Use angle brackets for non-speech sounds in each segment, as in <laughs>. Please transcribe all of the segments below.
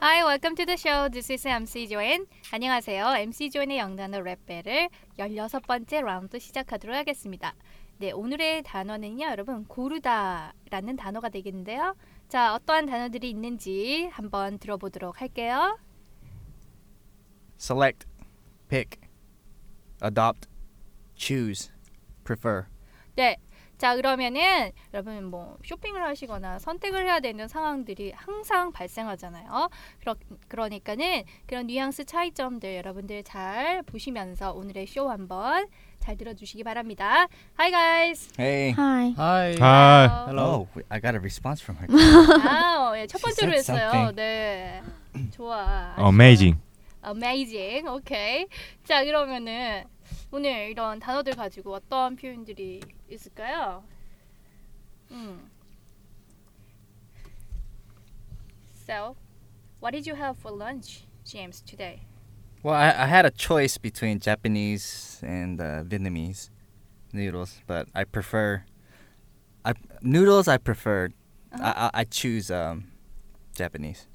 welcome to the show. This is MC Joanne. 안녕하세요. MC Joanne의 영단어 랩벨을 16번째 라운드 시작하도록 하겠습니다. 네, 오늘의 단어는요, 여러분, 고르다라는 단어가 되겠는데요. 자, 어떠한 단어들이 있는지 한번 들어보도록 할게요. Select, pick, adopt, choose, prefer. 네. 자, 그러면은 여러분 뭐 쇼핑을 하시거나 선택을 해야 되는 상황들이 항상 발생하잖아요. 그러, 그러니까는 그런 뉘앙스 차이점들 여러분들 잘 보시면서 오늘의 쇼 한번 잘 들어주시기 바랍니다. Hi <laughs> guys. Hey. Hi. Hi. Hi. Hello. Oh, I got a response from her. 아, 예, 첫 She 번째로 said 했어요. something. 네. 좋아. Amazing. Amazing. 오케이. 자, 그러면은 오늘 이런 단어들 가지고 어떤 표현들이 있을까요? 음. So, what did you have for lunch, James, today? well, I, I had a choice between Japanese and uh, Vietnamese noodles, but I prefer I noodles. I prefer. I, I I choose um, Japanese.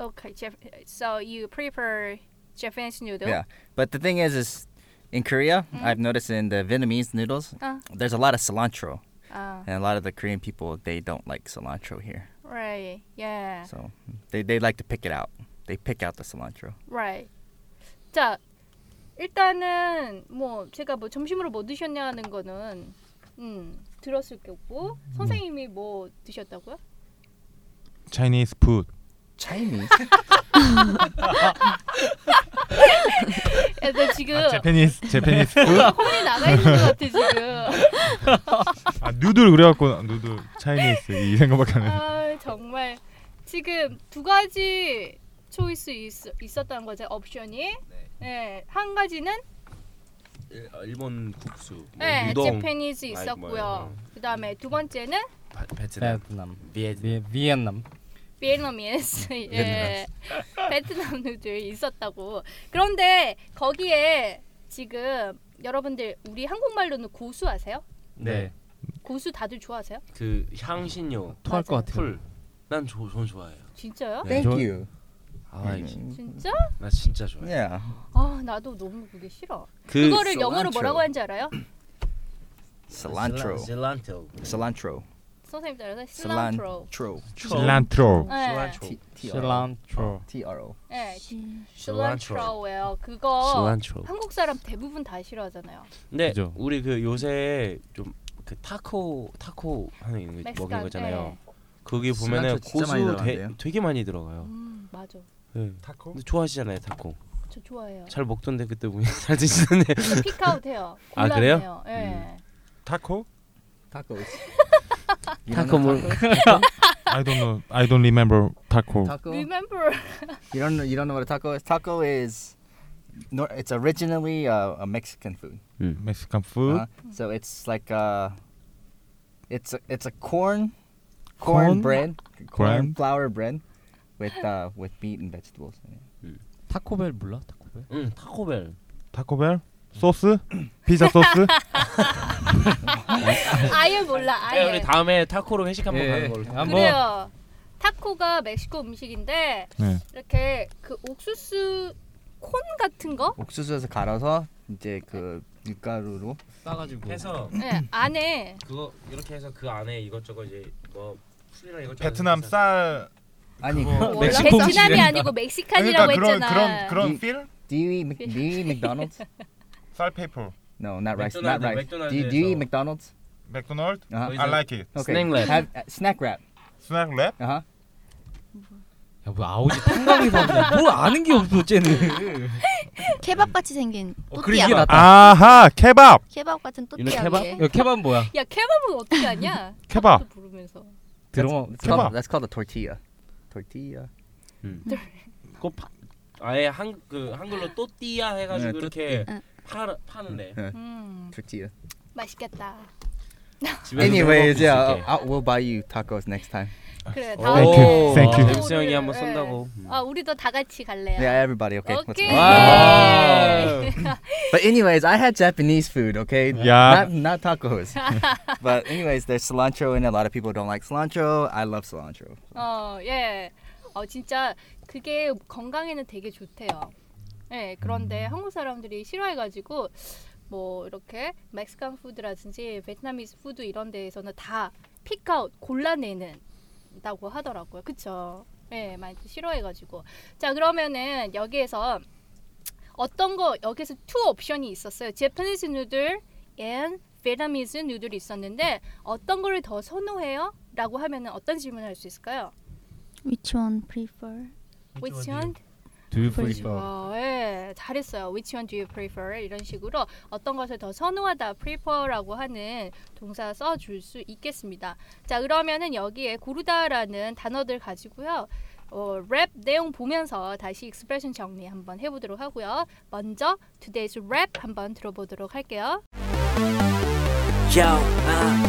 Okay, Jap- so you prefer Japanese noodle? Yeah. But the thing is, is in Korea, Mm. I've noticed in the Vietnamese noodles, Uh. there's a lot of cilantro, Uh, and a lot of the Korean people they don't like cilantro here. right. Yeah. So they they like to pick it out. They pick out the cilantro. Right. 자, 일단은 뭐 제가 뭐 점심으로 뭐 드셨냐는 거는 음, 들었을 거고 선생님이 뭐 드셨다고요? Chinese food. Chinese. 야, 나 아, 네, 지금 아, Japanese Japanese food. 혼이 나가 있는 것 같아 지금. 아 누들 그래갖고 누들 Chinese 이 생각밖에 안 해. 아 정말 지금 두 가지 초이스 있, 있었다는 거죠 옵션이. 네. 한 가지는 아, 일본 국수, 뭐 네, 우동, 재패니즈 아이, 있었고요. 뭐야. 그다음에 두 번째는 바- 베트남, Vietnam. 비에지, Vi- Vietnam. 베트남이스 <laughs> 예 베트남. 베트남 누들이 있었다고 그런데 거기에 지금 여러분들 우리 한국말로는 고수 아세요? 네, 고수 다들 좋아하세요? 그 향신료, 토할 것 같아요. 풀, 난 조, 전 좋아해요. 진짜요? 네. Thank Jo- you. 아, 네. 진짜? 나 진짜 좋아해. Yeah. 아 나도 너무 그게 싫어 그 그거를 영어로 cilantro. 뭐라고 하는지 알아요? Cilantro. cilantro, Cilantro. 선생님 따라서 실란트로 Cilantro. cilantro. 네, T R O. Cilantro. T R O. 네 cilantro, 실란트로예요 그거 cilantro. 한국 사람 대부분 다 싫어하잖아요 근데 그죠. 우리 그 요새 좀 그 타코 타코 하는 거 멕시칸, 먹는 거잖아요. 네. 거기 보면은 cilantro 진짜 고수 많이 되, 들어간대요. 되게 많이 들어가요. 음 맞아 네. Taco. 근데 좋아하시잖아요 타코. 저 좋아해요 잘 먹던데 그때 보면 <laughs> 잘 드시던데. 근데 픽아웃해요 아, 그래요? 곤란해요. 예. Taco? Tacos. 타코 뭘? I don't know. I don't remember taco. Taco. You Remember don't know. You don't know what a taco is. Taco is. Nor- it's originally uh, a Mexican food. Mexican food. Uh-huh. So it's like uh, it's a, it's a corn, corn Corn? bread, corn Corn? flour bread, with uh, with meat and vegetables. in it. 타코벨 몰라? 타코벨? 응 타코벨. 타코벨 소스? 피자 소스? 아예 몰라 네, 야, 아예 우리 다음에 타코로 회식 한번 예, 가는 예. 걸로. 한번. 그래요 타코가 멕시코 음식인데 네. 이렇게 그 옥수수 콘 같은 거 옥수수에서 갈아서 이제 그 밀가루로 싸가지고. 해서 음. 네, 안에 그거 이렇게 해서 그 안에 이것저것 이제 뭐 풀이랑 이것저것 베트남 해서 쌀. 아니 그거- 몰라. 어, 멕시코 베트남이 음식이래. 아니고 멕시칸이라고 그러니까 그런 했잖아 그런 이- 그런 필? do you eat Mc- do you eat McDonald's? 쌀 페이퍼. No, not rice, not McDonald's, rice. Do you, do you eat McDonald's? 맥도날드. Uh-huh. I like it. Okay. Snack wrap. Have, uh, snack wrap. 스낵 랩. Uh huh. 야뭐 아오지 탕감이 봤네. 뭘 아는 게 없어 <laughs> 쟤는. 케밥 같이 생긴 어, 그래 또띠아. 이게 낫다. 아하 케밥. 케밥 같은 이런 또띠아 케밥? 위에. 야 케밥 뭐야? <laughs> 야 케밥은 어떻게 하냐 케밥. 부르면서 들어. That's Come called, on. that's called a tortilla. Tortilla. 그거 파, 아예 한 그 한글로 또띠아 네. 해가지고 네, 이렇게 응. 파 파는데 음 Tortilla. 맛있겠다 집에서 Anyways, 해 먹을 수 yeah, 있게. I, we'll buy you tacos next time. 그래 아, 오, 다음 Thank you, thank you. MC 형이 한번 네. 쏜다고. 아 우리도 다 같이 네, 갈래요 Yeah, everybody. Okay. let's 오케이 go. But anyways, I had Japanese food, okay? Yeah. Not, not tacos. but anyways, there's cilantro and a lot of people don't like cilantro. I love cilantro. 어, 어예 어, 진짜 그게 건강에는 되게 좋대요. 네, 그런데 한국 사람들이 싫어해가지고 뭐 이렇게 멕시칸 푸드라든지 베트남이즈 푸드 이런 데에서는 다 픽아웃 골라내는다고 하더라고요. 그쵸? 네, 많이 싫어해가지고 자 그러면은 여기에서 어떤 거 여기서 two 옵션이 있었어요. Japanese noodle and Vietnamese noodle이 있었는데 어떤 거를 더 선호해요? 라고 하면은 어떤 질문을 할 수 있을까요? Which one prefer? Which one Do you Prefer. prefer? 어, 예, 잘했어요. Which one do you prefer? 이런 식으로 어떤 것을 더 선호하다, prefer라고 하는 동사 써줄 수 있겠습니다. 자, 그러면은 여기에 고르다라는 단어들 가지고요. 어, 랩 내용 보면서 다시 익스프레션 정리 한번 해보도록 하고요. 먼저 today's rap 한번 들어보도록 할게요. Yo, uh,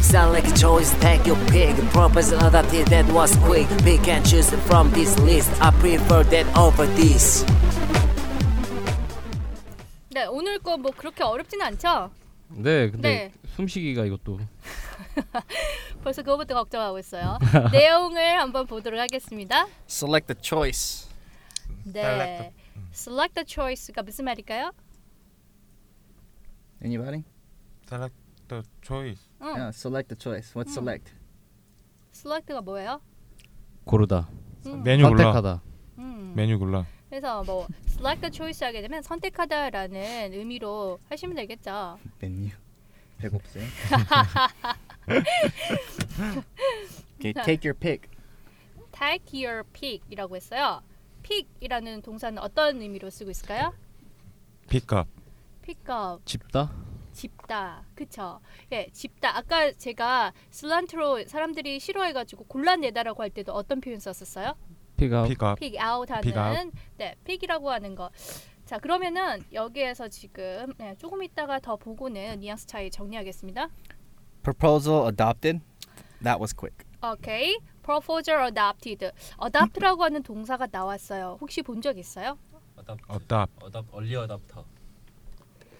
sound like a choice, take your pick. Propose another thing that was quick. Pick and choose from this list. I prefer that over this. 네, 오늘 거 뭐 그렇게 어렵진 않죠? 네, 근데 네. 숨쉬기가 이것도 벌써 그거부터 걱정하고 있어요. <laughs> 내용을 한번 보도록 하겠습니다. Select the choice. 네, select the choice가 무슨 말일까요? Anybody? Select the choice. 응. 네. Yeah, select the choice. What's select? 음, select가 뭐예요? 고르다, 음. 메뉴 골라. 선택하다. 음. 메뉴 골라. 그래서 뭐 select the choice 하게 되면 선택하다라는 의미로 하시면 되겠죠. <laughs> Menu. 배고프세요? okay, take your pick. Take your pick이라고 했어요. pick이라는 동사는 어떤 의미로 쓰고 있을까요? 픽업. pick up, 집다. 집다, 그쵸? 예, 집다. 아까 제가 cilantro 사람들이 싫어해가지고 골라내다라고 할 때도 어떤 표현 썼었어요? 픽업. 픽업. 픽 아웃하는 픽 아웃. 네 픽이라고 하는 거. 자 그러면은 여기에서 지금 네, 조금 있다가 더 보고는 뉘앙스 차이 정리하겠습니다. Proposal adopted. That was quick. 오케이. Proposal adopted. adopt라고 하는 동사가 나왔어요. 혹시 본 적 있어요? 어답트. 어답. 어답 얼리 어답터.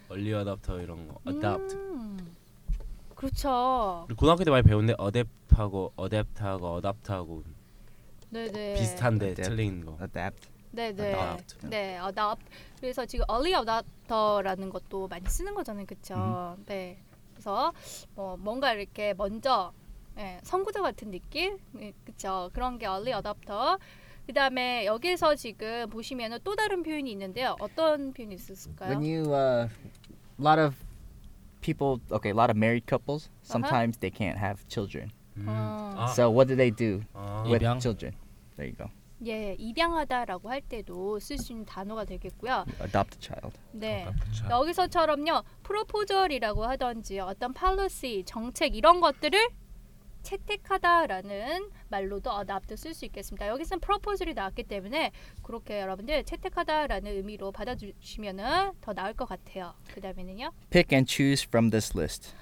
얼리 어답터 이런 거. 어답트. 음, 그렇죠. 우리 고등학교 때 많이 배웠는데 어댑하고 어댑트하고 어답트하고 네네. 비슷한데 어댑. 틀린 거. Adapt. 네네. adopt. 네, adopt. 그래서 지금 early adopter라는 것도 많이 쓰는 거잖아요, 그렇죠? 네. 그래서 뭐 뭔가 이렇게 먼저 예, 선구자 같은 느낌, 네, 그렇죠? 그런 게 early adopter. 그다음에 여기서 지금 보시면은 또 다른 표현이 있는데요. 어떤 표현이 있을까요? When you, uh, a lot of people, okay, a lot of married couples, sometimes they can't have children. 음. 어. 아, So what do they do 아. with 입양. children? There you go. 예, 입양하다라고 할 때도 쓸 수 있는 단어가 되겠고요. You adopt a child. 네. 아, 여기서처럼요. 프로포절이라고 하던지 어떤 팔러시, 정책 이런 것들을 채택하다라는 말로도 어답트 쓸 수 있겠습니다. 여기서는 프로포절이 나왔기 때문에 그렇게 여러분들 채택하다라는 의미로 받아주시면은 더 나을 것 같아요. 그다음에는요. Pick and choose from this list.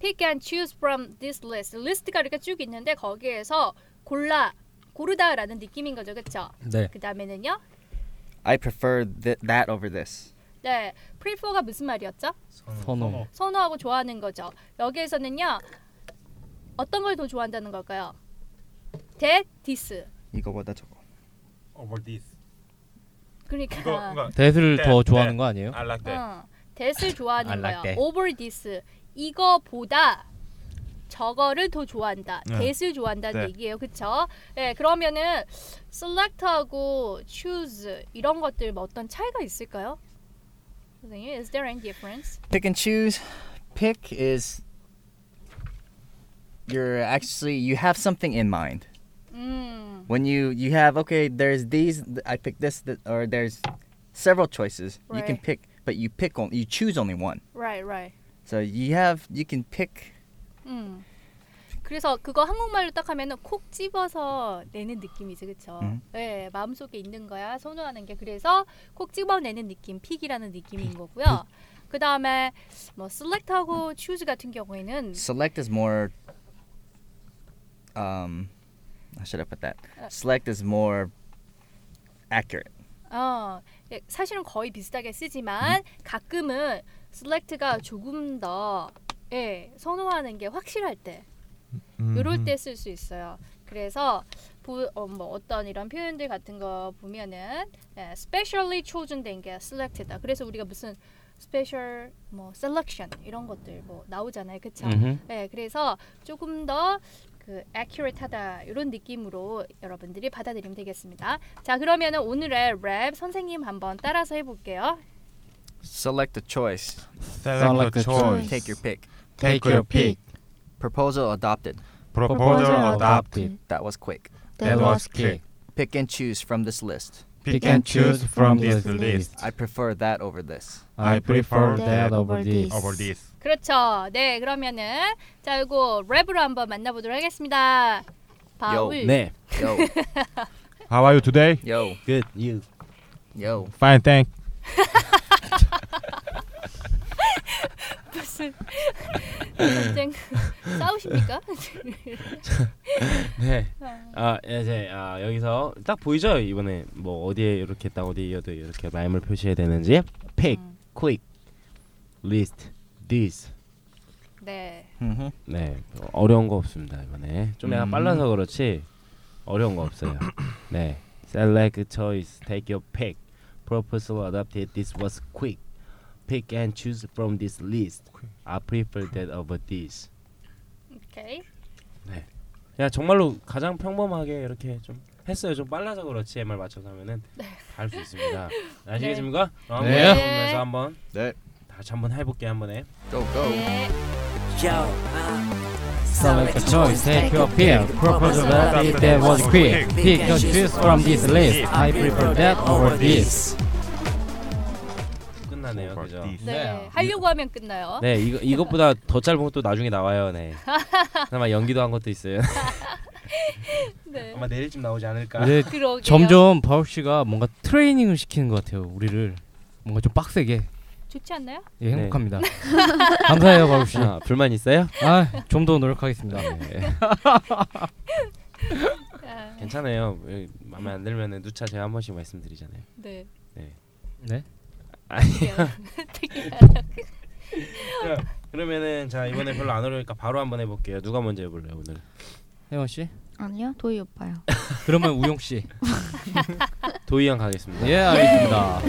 pick and choose from this list. 리스트가 이렇게 쭉 있는데 거기에서 골라 고르다라는 느낌인 거죠. 그렇죠? 네. 그다음에는요. I prefer th- that over this. 네. prefer가 무슨 말이었죠? 선호. 선호하고 좋아하는 거죠. 여기에서는요 어떤 걸 더 좋아한다는 걸까요? That, this. 이거보다 저거. Over this. 그러니까 대를 네, 더 네. 좋아하는 거 아니에요? 알라 때. 어, that을 네. 좋아하는 I like 거예요. that. Over this. 이거보다 저거를 더 좋아한다. 네. that을 좋아한다는 네. 얘기예요. 그렇죠? 네, 그러면은 select하고 choose 이런 것들 뭐 어떤 차이가 있을까요? 선생님, is there any difference? Pick and choose. Pick is you're actually you have something in mind. 음, When you you have okay, there's these th- I pick this th- or there's several choices. You can Right. pick, but you pick on you choose only one. right, right. So you have you can pick 음. 그래서 그거 한국말로 딱 하면은 콕 집어서 내는 느낌이지, 그렇죠? 음. 네, 마음속에 있는 거야, 선호하는 게 그래서 콕 집어내는 느낌, 픽이라는 느낌인 거고요. 그 다음에 뭐 select하고 choose 같은 경우에는 select is more um how should I put that? Select is more accurate. 어, 예, 사실은 거의 비슷하게 쓰지만 가끔은 select가 조금 더 음. 예, 선호하는 게 확실할 때 이럴 때 쓸 수 있어요. 그래서 부, 어, 뭐 어떤 이런 표현들 같은 거 보면은 예, specially chosen 된 게 selected다. 그래서 우리가 무슨 special 뭐 selection 이런 것들 뭐 나오잖아요, 그렇죠? 음흠. 네, 그래서 조금 더 그 accurate하다 이런 느낌으로 여러분들이 받아들이면 되겠습니다. 자, 그러면은 오늘의 랩 선생님 한번 따라서 해볼게요. Select a choice. Select a choice. Take your pick. Take your pick. Proposal adopted. 뭐, Proposal adopted. That was quick. That was quick. Pick and choose from this list. Pick and choose from this list. I prefer that over this. I prefer that over this. Over this. 그렇죠. 네, 그러면은 자, 이거 랩으로 한번 만나보도록 하겠습니다. 바울. 네. <laughs> Yo, <laughs> How are you today? yo, Good. <laughs> You. yo. Fine, <laughs> thank. 무슨 전쟁 싸우십니까? 네. 아 이제 아, 여기서 딱 보이죠 이번에 뭐 어디에 이렇게 딱 어디에 이어도 이렇게 라임을 표시해야 되는지. Pick, quick, list, this. 네. Mm-hmm. 네 어, 어려운 거 없습니다 이번에 좀 내가 음. 빨라서 그렇지 어려운 거 <coughs> 없어요 네 select choice take your pick proposal adopted this was quick pick and choose from this list I prefer that over this 오케이. 그냥 정말로 가장 평범하게 이렇게 좀 했어요 좀 빨라서 그렇지 MR 맞춰서 하면은 할 수 있습니다 아시겠습니까? 한번 네. 해보면서 한번 네. 다시 한번 해볼게 한번에 Go, go. 네. Yo, uh, Select a choice, take your pill. Proposal adopted that was quick. Pick and choose from this list. I prefer that over this. 끝나네요 Over 그죠? this. 네. 네. 하려고 하면 끝나요. 네, 이거 이것보다 더 짧은 것도 나중에 나와요. 네. 그나마 연기도 한 것도 있어요. 네. <laughs> 아마 내일쯤 나오지 않을까. 이제 그러게요. 네, 점점 바울 씨가 뭔가 트레이닝을 시키는 것 같아요. 우리를 뭔가 좀 빡세게. 좋지 않나요? 예, 행복합니다. 감사해요, 바울 씨. 아, 불만 있어요? 아, 좀 더 노력하겠습니다. <laughs> 네. 아, 괜찮아요. 왜 마음에 안 들면은 누차 제가 한 번씩 말씀드리잖아요. 네. 네. 되게 그러면은 자 이번에 별로 안 어려우니까 바로 한번 해볼게요. 누가 먼저 해볼래요 오늘? 혜원 씨. 아니요, 도희 오빠요. 그러면 우용 씨. 도희 형 가겠습니다. 예, 알겠습니다.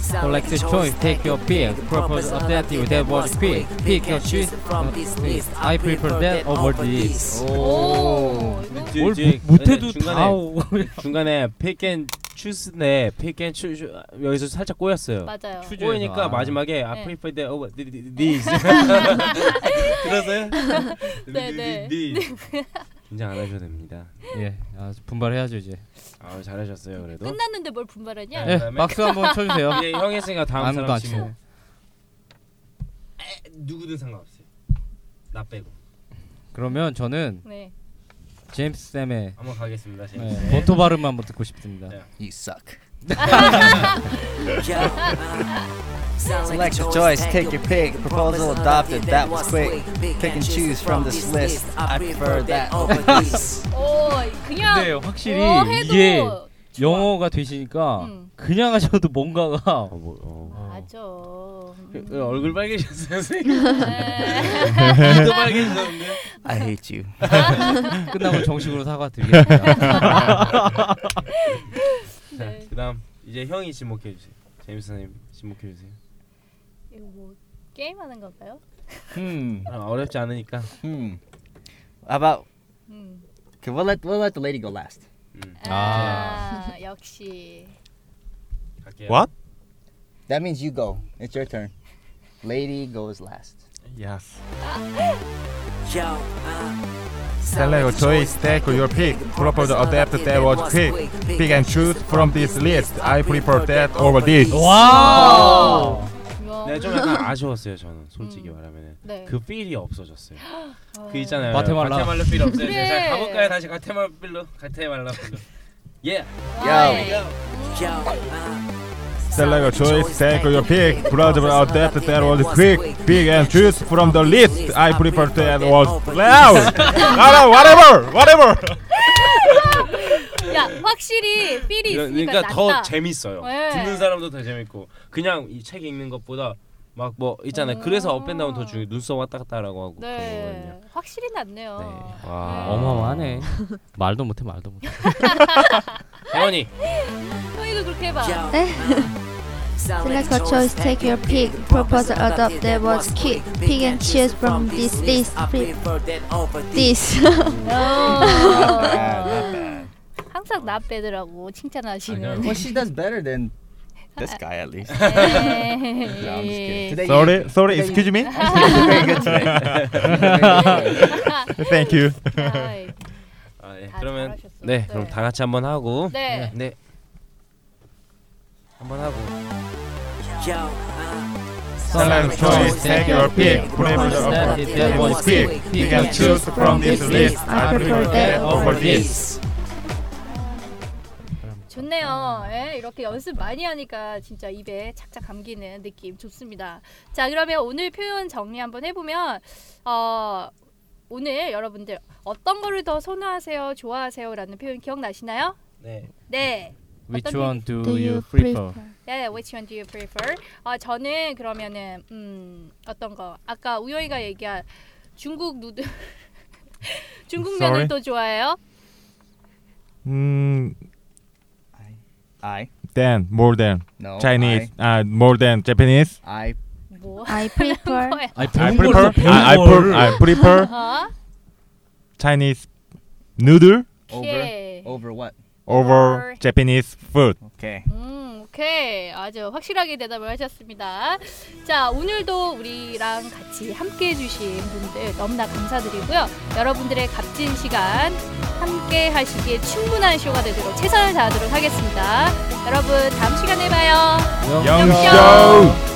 Select uh, a choice, take your pick. Proposal adopted that was quick. Pick your choice from this list. I prefer that over this. 오. 뒤- 뭘 뒤에- 못- 못해도 아니, 중간에 다 오고. <laughs> 중간에 픽앤 추스네 픽앤 추 여기서 살짝 꼬였어요. 맞아요. 추- 꼬이니까 아. 마지막에 네. I prefer that over th- <laughs> th- this. 들었어요? 네, 네. this. 긴장 안 하셔도 됩니다. 예, 아, 분발해야죠 이제. 아 잘하셨어요 그래도. 끝났는데 뭘 분발하냐? 네. 예, 그다음에- 예, 박수 한번 <laughs> 쳐주세요. 이제 형 했으니까 다음 아무도 사람 안 치고 치고. 누구든 상관없어요. 나 빼고 그러면 저는 네. 제임스 쌤의 한번 가겠습니다. 제가. 네, 본토 발음 한번 듣고 싶습니다. 예. 네. You suck. Select a choice, take your pick. Proposal adopted, that was quick. Pick and choose from this list. I prefer that over <laughs> this. 오, 그냥 근데 확실히 오, 해도 이게 좋아. 영어가 되시니까 음. 그냥 하셔도 뭔가가 <laughs> 어, 뭐, 어. 맞아. 음. 왜 얼굴 <laughs> 빨개졌어요 선생님? 네. 눈도 빨개졌는데. <laughs> I hate you. 끝나고 정식으로 <laughs> 사과드리겠습니다. 네. 자 그다음 이제 형이 지목해 주세요. 제임스 선생님 지목해 주세요. 이거 뭐 게임하는 건가요? Hmm. 네. 아, 어렵지 않으니까. Hmm. How about? 음. Okay, we'll let we'll let the lady go last. 음, 아, 역시. 갈게요. What? That means you go. It's your turn. Lady goes last. Yes. Select uh, a choice, take your pick. Proposal adopted, that was quick. Pick and choose from this list. I prefer that over this. 와! 이거 네, 좀 약간 아쉬웠어요 저는 솔직히 말하면은 네. 그 필이 없어졌어요. 어. 그 있잖아요. 과테말라. 과테말라 필 없어요. 그래. 자 가볼까요 다시 과테말라 필로. 과테말라 필로. 예. 와이. uh, Select a choice, take your pick. Proposal adopted, that was quick. Pick and choose from the list. I prefer that was <laughs> loud. Alright, whatever, whatever. 야, 확실히 필이 있으니까 그러니까 더 낫다. 재밌어요. 네. 듣는 사람도 더 재밌고 그냥 이 책 읽는 것보다 막 뭐 있잖아요. 그래서 업앤다운 더 중요. 눈썹 왔다 갔다라고 하고 그런 거거든요. 네. 확실히 낫네요. 네. 네. 와. 어마어마하네. 말도 못해 말도 못해. <laughs> 혜원이 네. 소희도 그렇게 해봐. <laughs> uh, Select a choice, take your pick. Proposal adopt that was quick. Pick and choose from this list. Pre- This. <laughs> Oh. Not bad, not bad. 어. 항상 나 빼더라고 칭찬하시는. 네. Well, she does better than this guy at least. 네, No, I'm just kidding. Today you- Sorry, sorry, today excuse <laughs> me. You're very good 아, 예. today. Thank you. 아이, 아, 예. 다 그러면 잘하셨어요. 네, 네. 그럼 다 같이 한번 하고 네. 네. 한번 하고 Select a choice, take your pick. Proposal That adopt is that was quick. Pick and choose from this list. I prefer that over this. 좋네요. 예, 이렇게 연습 많이 하니까 진짜 입에 착착 감기는 느낌 좋습니다. 자, 그러면 오늘 표현 정리 한번 해보면 어, 오늘 여러분들 어떤 거를 더 선호하세요, 좋아하세요라는 표현 기억나시나요? 네. 네. Which 어떤 one do Do you you prefer? 네, which one do you prefer? 아, 저는 그러면은 음, 어떤 거? 아까 우영이가 얘기한 중국 누들 <laughs> 중국 Sorry? 면을 또 좋아해요? Mm, I then more than no Chinese. Uh, more than Japanese. I, 뭐 I prefer. 거야? I I prefer. I, I, per, I <laughs> prefer 어? Chinese noodle 오케이. I over what? over Or- Japanese food. Okay. 음, 오케이. 아주 확실하게 대답을 하셨습니다. 자, 오늘도 우리랑 같이 함께 해주신 분들 너무나 감사드리고요. 여러분들의 값진 시간 함께 하시기에 충분한 쇼가 되도록 최선을 다하도록 하겠습니다. 여러분, 다음 시간에 봐요. Young Young show.